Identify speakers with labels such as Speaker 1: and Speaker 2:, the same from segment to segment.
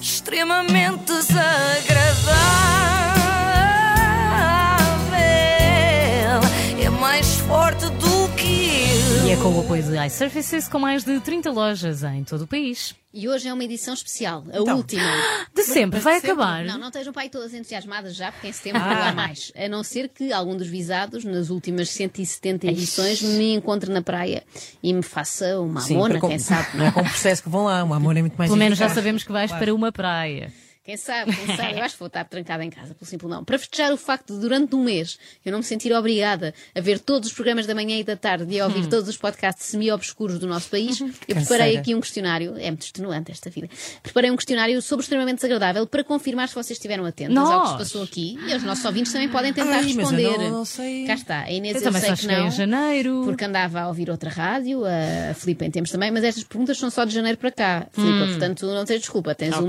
Speaker 1: extremamente desagradável. É mais forte do que eu.
Speaker 2: E é com o apoio de iServices com mais de 30 lojas em todo o país.
Speaker 3: E hoje é uma edição especial, a
Speaker 4: Então. É
Speaker 3: última.
Speaker 2: De sempre, vai acabar.
Speaker 3: Não, não estejam para aí todas entusiasmadas já, porque em setembro não
Speaker 4: Ah.
Speaker 3: há mais. A não ser que algum dos visados, nas últimas 170 edições, me encontre na praia e me faça uma
Speaker 4: Sim,
Speaker 3: amona,
Speaker 4: para com-
Speaker 3: quem sabe.
Speaker 4: Não é com o processo que vão lá, uma amor é muito mais
Speaker 2: Pelo menos já
Speaker 4: eficaz.
Speaker 2: sabemos que vais
Speaker 4: Claro.
Speaker 2: para uma praia.
Speaker 3: Quem sabe, quem sabe, eu acho que vou estar trancada em casa, pelo simples não. Para festejar o facto de, durante um mês, eu não me sentir obrigada a ver todos os programas da manhã e da tarde e a
Speaker 4: Hum.
Speaker 3: ouvir todos os podcasts semi-obscuros do nosso país,
Speaker 4: Uhum.
Speaker 3: eu preparei
Speaker 4: Canseira.
Speaker 3: aqui um questionário, é muito extenuante esta vida, preparei um questionário sobre o extremamente desagradável para confirmar se vocês estiveram atentos ao que se
Speaker 2: Nós.
Speaker 3: passou aqui e os nossos ouvintes também podem tentar
Speaker 4: Ai, mas eu
Speaker 3: responder.
Speaker 4: não- não sei.
Speaker 3: Cá está, a Inês
Speaker 2: Eu
Speaker 3: eu,
Speaker 2: também
Speaker 3: sei
Speaker 2: só
Speaker 3: que
Speaker 2: cheguei
Speaker 3: não.
Speaker 2: em janeiro.
Speaker 3: Porque andava a ouvir outra rádio, a Filipe em tempos também, mas estas perguntas são só de janeiro para cá, Filipe,
Speaker 4: Hum.
Speaker 3: portanto não tens desculpa, tens
Speaker 2: Ok.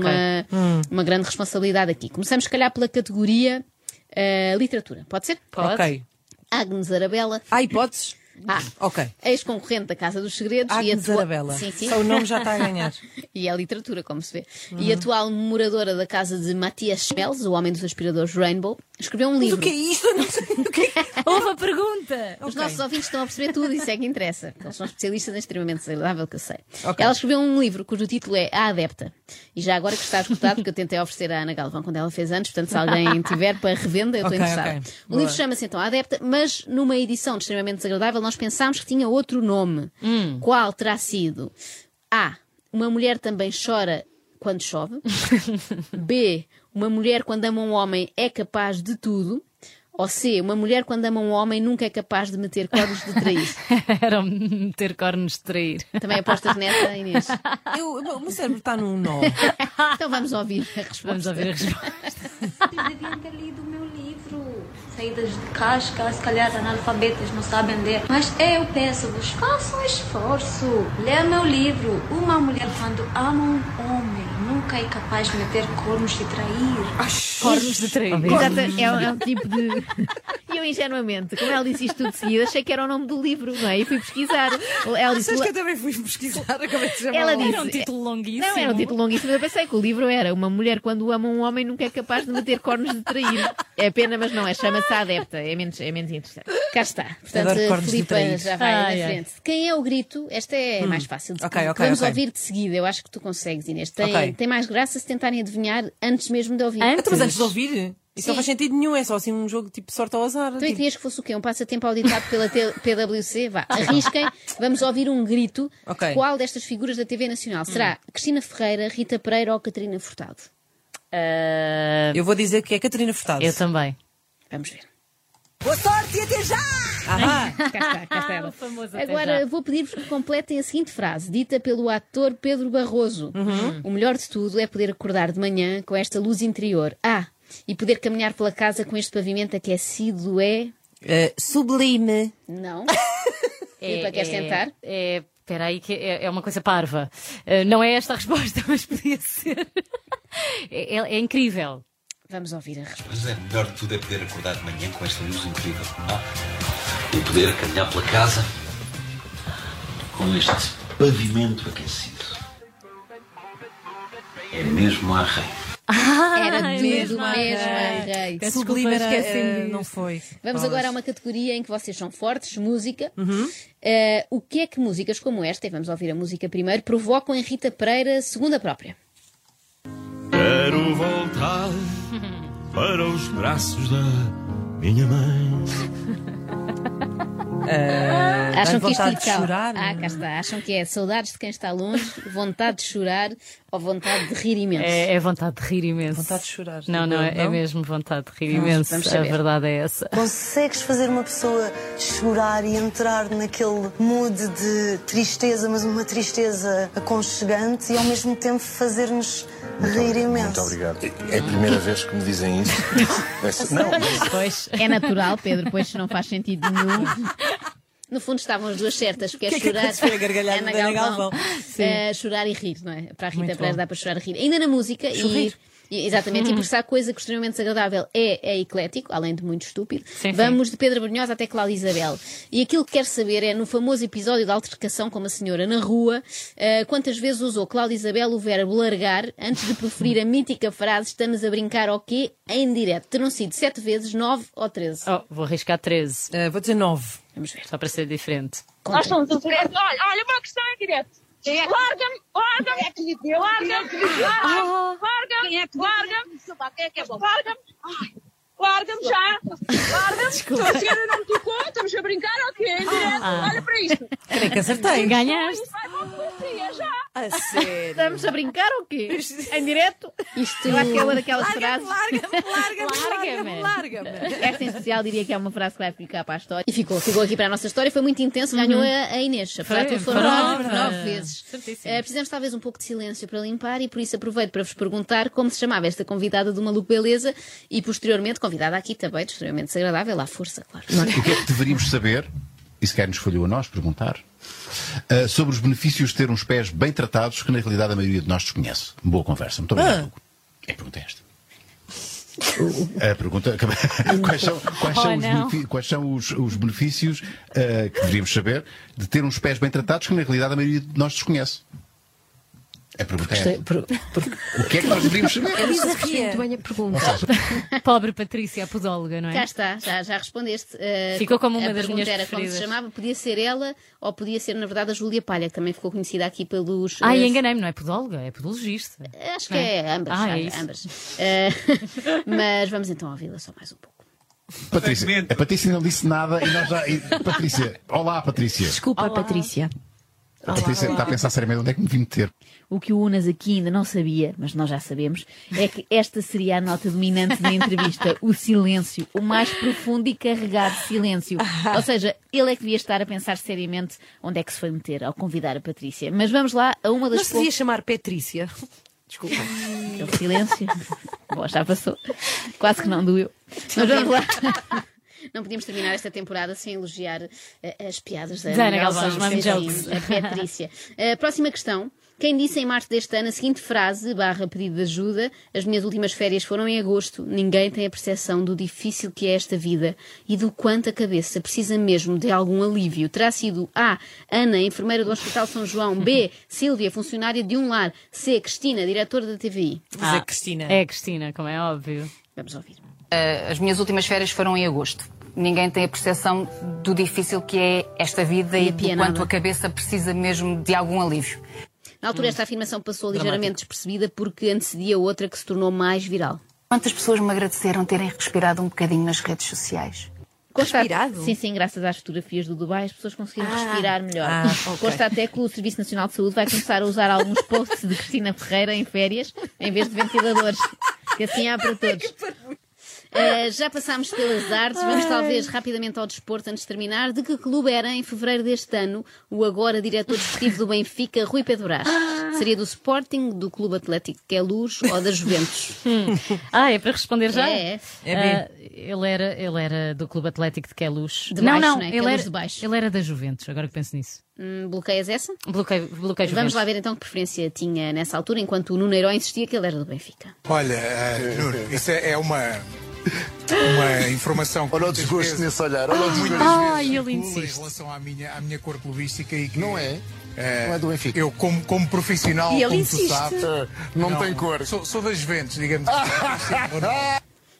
Speaker 3: uma, uma grande responsabilidade aqui. Começamos, se calhar, pela categoria eh, literatura, pode ser?
Speaker 2: Pode.
Speaker 4: Ok.
Speaker 3: Agnes Arabella,
Speaker 4: Há hipóteses?
Speaker 3: Ah.
Speaker 4: Ah, Ok.
Speaker 3: ex-concorrente da Casa dos Segredos e
Speaker 4: Agnes
Speaker 3: atua-
Speaker 4: Arabella.
Speaker 3: Sim, sim.
Speaker 4: Só Hum. o nome já está a ganhar.
Speaker 3: E é literatura, como se vê. E atual moradora da casa de Matias Schmelz, o homem dos aspiradores Rainbow, escreveu um
Speaker 4: Mas o
Speaker 3: livro.
Speaker 4: que é isto? Eu não sei o que é que-
Speaker 2: Houve a pergunta!
Speaker 3: Os
Speaker 4: Ok.
Speaker 3: nossos ouvintes estão a perceber tudo, isso é que interessa. Eles são especialistas em extremamente desagradável, que eu sei.
Speaker 4: Ok.
Speaker 3: Ela escreveu um livro cujo título é A Adepta. E já agora que está escutado, porque eu tentei oferecer à Ana Galvão quando ela fez anos, portanto, se alguém tiver para revenda, eu estou
Speaker 4: Ok,
Speaker 3: interessada.
Speaker 4: ok.
Speaker 3: O
Speaker 4: Boa.
Speaker 3: livro chama-se então A Adepta, mas numa edição de extremamente desagradável, nós pensámos que tinha outro nome.
Speaker 4: Hum.
Speaker 3: Qual terá sido? A. Uma mulher também chora quando chove. B. Uma mulher quando ama um homem é capaz de tudo. Ou C. Uma mulher quando ama um homem nunca é capaz de meter cornos de trair.
Speaker 2: Era meter cornos de trair.
Speaker 3: Também apostas nessa, Inês?
Speaker 4: Eu, o meu cérebro está num nó.
Speaker 3: Então vamos ouvir a resposta.
Speaker 2: Vamos ouvir a resposta.
Speaker 5: Vocês deviam ter lido o meu livro. Saídas de casca, se calhar analfabetas não sabem ler. Mas eu peço-vos, façam esforço. Lê meu livro. Uma mulher quando ama um homem nunca é capaz de meter cornos e trair.
Speaker 2: Cornos de trair.
Speaker 6: Exato, é, um- é um tipo de. E eu ingenuamente, como ela disse isto tudo de seguida, achei que era o nome do livro, não é? E fui pesquisar. Ela disse.
Speaker 4: Sabes que eu também fui pesquisar, acabei de chamar
Speaker 6: Ela
Speaker 4: lá.
Speaker 6: disse-
Speaker 2: Era um título longuíssimo.
Speaker 3: é
Speaker 6: Não, era um título longuíssimo. Eu pensei que o livro era Uma mulher quando ama um homem nunca é capaz de meter cornos de trair. É pena, mas não é. Chama-se a adepta. É menos, é menos interessante.
Speaker 3: Cá está. Portanto,
Speaker 4: Adoro cornos de
Speaker 3: Filipa
Speaker 4: trair. Ah, Hum.
Speaker 3: já vai
Speaker 2: Ai,
Speaker 3: na
Speaker 2: ai.
Speaker 3: frente. Quem é o grito? Esta é mais fácil. de-
Speaker 4: Ok, ok,
Speaker 3: vamos
Speaker 4: ok.
Speaker 3: ouvir de seguida. Eu acho que tu consegues, Inês. Tem,
Speaker 4: Ok.
Speaker 3: tem mais graça se tentarem adivinhar antes mesmo de ouvir.
Speaker 2: Antes?
Speaker 4: Então, mas antes de ouvir, isso
Speaker 3: Sim.
Speaker 4: não faz sentido nenhum, é só assim um jogo tipo sorte ao azar.
Speaker 3: Então, e
Speaker 4: tipo-
Speaker 3: querias que fosse o quê? Um passatempo auditado pela T- PwC? Vá, arrisquem. Vamos ouvir um grito.
Speaker 4: Ok. Hum.
Speaker 3: de Qual destas figuras da TV Nacional? Será Cristina Ferreira, Rita Pereira ou Catarina Furtado?
Speaker 2: Ah,
Speaker 4: Eu vou dizer que é Catarina Furtado.
Speaker 2: eu também.
Speaker 3: Vamos ver.
Speaker 4: Boa sorte e até já! Ah,
Speaker 3: Cá está, cá está
Speaker 2: o
Speaker 3: ela.
Speaker 2: famoso até
Speaker 3: Agora
Speaker 2: já.
Speaker 3: vou pedir-vos que completem a seguinte frase, dita pelo ator Pedro Barroso.
Speaker 2: Uhum.
Speaker 3: O melhor de tudo é poder acordar de manhã com esta luz interior. Ah, e poder caminhar pela casa com este pavimento aquecido é.
Speaker 4: sublime.
Speaker 3: Não. Filipa, queres tentar?
Speaker 2: É, espera aí, que é, é uma coisa parva. Ah, não é esta a resposta, mas podia ser. É, é- é incrível.
Speaker 3: Vamos ouvir a resposta.
Speaker 7: Mas é melhor de tudo é poder acordar de manhã com esta luz incrível. Ah, e poder caminhar pela casa com este pavimento aquecido. É mesmo a rei.
Speaker 3: Era
Speaker 2: Ai,
Speaker 3: tudo
Speaker 2: Ah, é mesmo
Speaker 3: mesmo
Speaker 2: a
Speaker 3: rei.
Speaker 2: Peço
Speaker 4: Sublime
Speaker 2: desculpa,
Speaker 4: era,
Speaker 2: esqueci-me
Speaker 4: eh,
Speaker 2: disto.
Speaker 4: não foi.
Speaker 3: Vamos
Speaker 4: Fala.
Speaker 3: agora a uma categoria em que vocês são fortes, música.
Speaker 2: Uhum.
Speaker 3: Eh, o que é que músicas como esta, e vamos ouvir a música primeiro, provocam em Rita Pereira, segunda própria?
Speaker 8: Quero voltar para os braços da minha mãe.
Speaker 3: Acham que isto
Speaker 4: vontade de
Speaker 3: calma.
Speaker 4: chorar?
Speaker 3: Ah, cá está. Acham que é saudades de quem está longe, vontade de chorar ou vontade de rir imenso.
Speaker 2: É, é vontade de rir imenso.
Speaker 4: Vontade de chorar.
Speaker 2: Não, não, é, é
Speaker 4: Não?
Speaker 2: mesmo vontade de rir imenso.
Speaker 3: vamos
Speaker 2: A
Speaker 3: saber.
Speaker 2: verdade é essa.
Speaker 9: Consegues fazer uma pessoa chorar e entrar naquele mood de tristeza, mas uma tristeza aconchegante e ao mesmo tempo fazer-nos rir imenso.
Speaker 10: Muito obrigado. É a primeira vez que me dizem isso. Não, mas
Speaker 2: Pois.
Speaker 6: É natural, Pedro, pois não faz sentido nenhum.
Speaker 3: No fundo estavam as duas certas, porque é
Speaker 11: O que é que
Speaker 3: chorar.
Speaker 11: aconteceu? A gargalhada
Speaker 3: Ana
Speaker 11: da Ana
Speaker 3: Galvão.
Speaker 11: Galvão.
Speaker 2: Sim.
Speaker 3: Eh, chorar e rir, não é? Para a Rita
Speaker 11: Muito
Speaker 3: Pereira
Speaker 11: bom. Hum.
Speaker 3: dá para chorar e rir. Ainda na música. e-
Speaker 11: Sorrir.
Speaker 3: E, exatamente, e porque se há coisa que extremamente desagradável é, é eclético, além de muito estúpido. Vamos de Pedro Brunhosa até Cláudia Isabel. E aquilo que quero saber é, no famoso episódio da altercação com uma senhora na rua, eh, quantas vezes usou Cláudia Isabel o verbo largar antes de proferir a mítica frase estamos a brincar ao quê? Em direto. Terão sido sete vezes, nove ou treze.
Speaker 2: Oh, vou arriscar 13.
Speaker 11: Eh, vou dizer 9.
Speaker 3: Vamos ver.
Speaker 2: Só para ser diferente.
Speaker 12: Nós somos o preto. Olha, olha, uma questão em direto. Larga-me, larga-me, larga-me, larga-me, larga-me, larga-me, larga-me já, larga-me, Então, a senhora não me tocou, estamos a brincar, ok, em direto,
Speaker 11: Ah.
Speaker 12: olha para isto.
Speaker 11: Creio que acertei.
Speaker 2: Ganhaste.
Speaker 12: Vai para a polícia, já.
Speaker 11: A sério.
Speaker 6: Estamos a brincar ou quê? Em direto?
Speaker 3: Isto
Speaker 6: Eu acho que é uma daquelas frases.
Speaker 2: Larga-me.
Speaker 6: Esta em especial diria que é uma frase que vai ficar para a história.
Speaker 3: E ficou, ficou aqui para a nossa história, foi muito intenso, ganhou a, a Inês. Apesar de tudo, foram
Speaker 2: Uhum. foi,
Speaker 3: nove,
Speaker 2: foi.
Speaker 3: nove vezes.
Speaker 2: Certíssimo.
Speaker 3: Eh, precisamos talvez um pouco de silêncio para limpar e por isso aproveito para vos perguntar como se chamava esta convidada do Maluco Beleza e posteriormente convidada aqui também, de extremamente desagradável, à força, claro.
Speaker 13: O que é que deveríamos saber, e sequer nos falhou a nós perguntar, ah, sobre os benefícios de ter uns pés bem tratados que na realidade a maioria de nós desconhece? Boa conversa. Muito
Speaker 2: Ah.
Speaker 13: obrigado, Hugo. É a pergunta esta. A pergunta. Quais são, quais são
Speaker 2: Oh,
Speaker 13: os,
Speaker 2: não.
Speaker 13: benefi- quais são os- os benefícios ah, que deveríamos saber de ter uns pés bem tratados que na realidade a maioria de nós desconhece? A pergunta é esta. O que é que nós deveríamos saber?
Speaker 11: Eu
Speaker 3: é?
Speaker 2: Muito bem a pergunta. é. Pobre Patrícia, a podóloga, não é?
Speaker 3: Cá está, já, já respondeste. Eh,
Speaker 2: Ficou como uma
Speaker 3: a
Speaker 2: das
Speaker 3: pergunta
Speaker 2: minhas
Speaker 3: era como se
Speaker 2: preferidas.
Speaker 3: chamava, podia ser ela ou podia ser, na verdade, a Júlia Palha, que também ficou conhecida aqui pelos.
Speaker 2: Ai,
Speaker 3: eh,
Speaker 2: enganei-me, não é podóloga, é podologista.
Speaker 3: Acho que
Speaker 2: Não
Speaker 3: é ambas.
Speaker 2: Ah, é
Speaker 3: ambas,
Speaker 2: isso.
Speaker 3: ambas. Eh, mas vamos então ouvi-la só mais um pouco.
Speaker 13: Patrícia, a Patrícia não disse nada e nós já. e- Patrícia, olá Patrícia.
Speaker 14: Desculpa, Patrícia.
Speaker 13: A Patrícia está a pensar seriamente onde é que me vim meter.
Speaker 14: O que o Unas aqui ainda não sabia, mas nós já sabemos, é que esta seria a nota dominante da entrevista, o silêncio, o mais profundo e carregado silêncio. Ou seja, ele é que devia estar a pensar seriamente onde é que se foi meter ao convidar a Patrícia. Mas vamos lá a uma das
Speaker 11: Não se devia chamar
Speaker 14: Patrícia. Desculpa. Aquele silêncio. Bom, já passou. Quase que não doeu. Mas vamos lá.
Speaker 3: Não podíamos terminar esta temporada sem elogiar eh, as piadas da
Speaker 14: Da
Speaker 3: Ana
Speaker 14: Ana
Speaker 3: Galvão,
Speaker 14: Galvão, os
Speaker 3: sim,
Speaker 14: mami jokes.
Speaker 3: sim, a Patrícia. Eh, próxima questão. Quem disse em março deste ano a seguinte frase, barra pedido de ajuda, as minhas últimas férias foram em agosto, ninguém tem a percepção do difícil que é esta vida e do quanto a cabeça precisa mesmo de algum alívio. Terá sido A. Ana, enfermeira do Hospital São João, B. Sílvia, funcionária de um lar, C. Cristina, diretora da TVI.
Speaker 2: Ah, É a Cristina, como é óbvio.
Speaker 3: Vamos ouvir.
Speaker 15: Ah, As minhas últimas férias foram em agosto. Ninguém tem a percepção do difícil que é esta vida e, do
Speaker 3: pianada.
Speaker 15: quanto a cabeça precisa mesmo de algum alívio.
Speaker 3: Na altura,
Speaker 15: Hum.
Speaker 3: esta afirmação passou
Speaker 15: Dramático.
Speaker 3: ligeiramente despercebida porque antecedia outra que se tornou mais viral.
Speaker 15: Quantas pessoas me agradeceram terem respirado um bocadinho nas redes sociais?
Speaker 6: Conspirado? Sim, sim, graças às fotografias do Dubai as pessoas conseguiram respirar melhor.
Speaker 15: Ah, ok.
Speaker 6: Consta até que o Serviço Nacional de Saúde vai começar a usar alguns posts de Cristina Ferreira em férias em vez de ventiladores. Que assim há para todos.
Speaker 3: Uh, já passámos pelas artes, vamos
Speaker 6: Ai.
Speaker 3: talvez rapidamente ao desporto antes de terminar. De que clube era em fevereiro deste ano o agora diretor desportivo do Benfica, Rui Pedro Brás? Seria do Sporting, do Clube Atlético que é Luz ou da Juventus?
Speaker 2: Ah, é para responder já?
Speaker 3: É. É
Speaker 2: Ah, ele, era, ele era do Clube Atlético de Queluz.
Speaker 3: De
Speaker 2: não,
Speaker 3: baixo,
Speaker 2: não,
Speaker 3: né?
Speaker 2: ele,
Speaker 3: Queluz
Speaker 2: era,
Speaker 3: de
Speaker 2: ele era da Juventus, agora que penso nisso.
Speaker 3: Hum, bloqueias essa?
Speaker 2: Bloqueio, bloqueio
Speaker 3: Vamos
Speaker 2: Juventus.
Speaker 3: lá ver então que preferência tinha nessa altura, enquanto o Nuno Herói insistia que ele era do Benfica.
Speaker 16: Olha, eh, Nuno, isso é, é uma, uma informação que. Olha o desgosto nesse olhar,
Speaker 10: olha o
Speaker 16: muitas
Speaker 10: desgosto.
Speaker 16: vezes
Speaker 10: Ah, Ai, ele
Speaker 16: circula
Speaker 10: insiste.
Speaker 16: Em relação à minha, à minha cor clubística e que. Não
Speaker 10: é?
Speaker 16: não é do Benfica. Eu, como, como profissional,
Speaker 10: E ele
Speaker 16: como
Speaker 10: insiste.
Speaker 16: tu sabes.
Speaker 10: Eh, não tem
Speaker 16: cor. Sou, sou das Juventus, digamos. assim,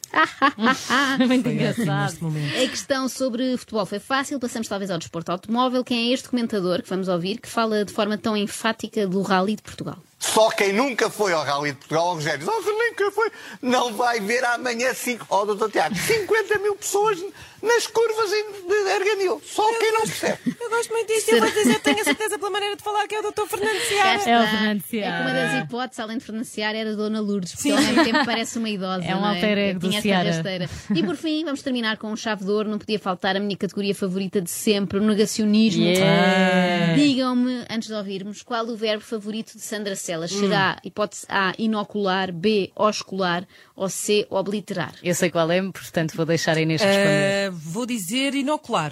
Speaker 2: Muito
Speaker 16: engraçado.
Speaker 3: A questão sobre futebol foi fácil, passamos talvez ao desporto automóvel. Quem é este comentador que vamos ouvir que fala de forma tão enfática do Rally de Portugal?
Speaker 17: Só quem nunca foi ao Rally de Portugal, ao Rogério, só quem nunca foi, não vai ver amanhã cinco, ó doutor Tiago, 50 mil pessoas nas curvas em- de Arganil. Só quem não percebe.
Speaker 11: Eu gosto muito disto e eu vou dizer, tenho a certeza pela maneira de falar que é o Dr. Fernando
Speaker 3: Cá
Speaker 11: Seara.
Speaker 3: está. É que uma das hipóteses, além de financiar, era a Dona Lourdes, porque
Speaker 11: Sim.
Speaker 3: ao mesmo tempo parece uma idosa.
Speaker 2: É um
Speaker 3: não
Speaker 2: alter ego
Speaker 3: Tinha
Speaker 2: do
Speaker 3: esta
Speaker 2: Ciara.
Speaker 3: rasteira. E por fim, vamos terminar com um chave de ouro. Não podia faltar a minha categoria favorita de sempre, o negacionismo.
Speaker 2: Yeah.
Speaker 3: Digam-me, antes de ouvirmos, qual o verbo favorito de Sandra Celas?
Speaker 2: Hum.
Speaker 3: Será hipótese A, inocular, B, oscular ou C, obliterar?
Speaker 2: Eu sei qual é, portanto vou deixar a Inês responder.
Speaker 3: É
Speaker 11: Eh, vou dizer Ah, inocular.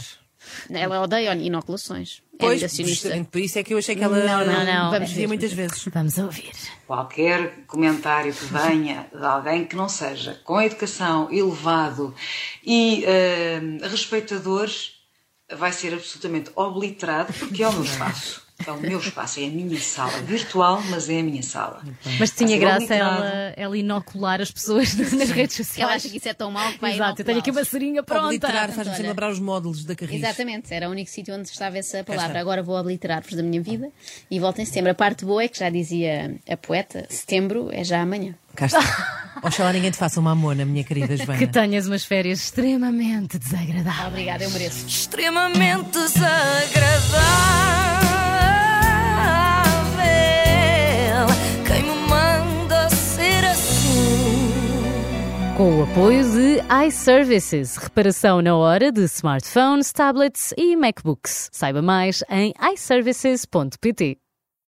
Speaker 3: Ela odeia inoculações. é
Speaker 11: Pois,
Speaker 3: negacionista.
Speaker 11: justamente por isso é que eu achei que ela
Speaker 3: Não, não, não.
Speaker 11: Vamos dizia
Speaker 3: ver.
Speaker 11: muitas vezes.
Speaker 2: Vamos ouvir.
Speaker 18: Qualquer comentário que venha de alguém que não seja com educação, elevado e eh, respeitador vai ser absolutamente obliterado porque é o meu espaço. É o meu espaço, é a minha sala. Virtual, mas é a minha sala.
Speaker 2: Mas tinha
Speaker 18: Vai ser
Speaker 2: graça
Speaker 18: obliterado.
Speaker 2: ela, ela inocular as pessoas nas redes sociais.
Speaker 3: Ela acha que isso é tão mau que vai
Speaker 2: Exato, eu tenho aqui uma
Speaker 3: inoculá-los.
Speaker 2: seringa pronta.
Speaker 3: Obliterar faz-me
Speaker 2: Portanto,
Speaker 3: sempre
Speaker 2: olha,
Speaker 3: lembrar
Speaker 11: os módulos da
Speaker 3: Exatamente, era o único sítio onde estava essa
Speaker 11: está.
Speaker 3: palavra. Agora vou obliterar-vos da minha vida e volto em setembro. A parte boa é que já dizia a poeta: setembro é já amanhã.
Speaker 11: Cá está. Oxalá ninguém te faça uma amona, minha querida Joana.
Speaker 2: Que tenhas umas férias extremamente desagradáveis.
Speaker 3: Obrigada, eu mereço.
Speaker 1: extremamente desagradável. Quem me manda ser assim?
Speaker 2: Com o apoio de iServices, reparação na hora de smartphones, tablets e MacBooks. Saiba mais em iServices.pt.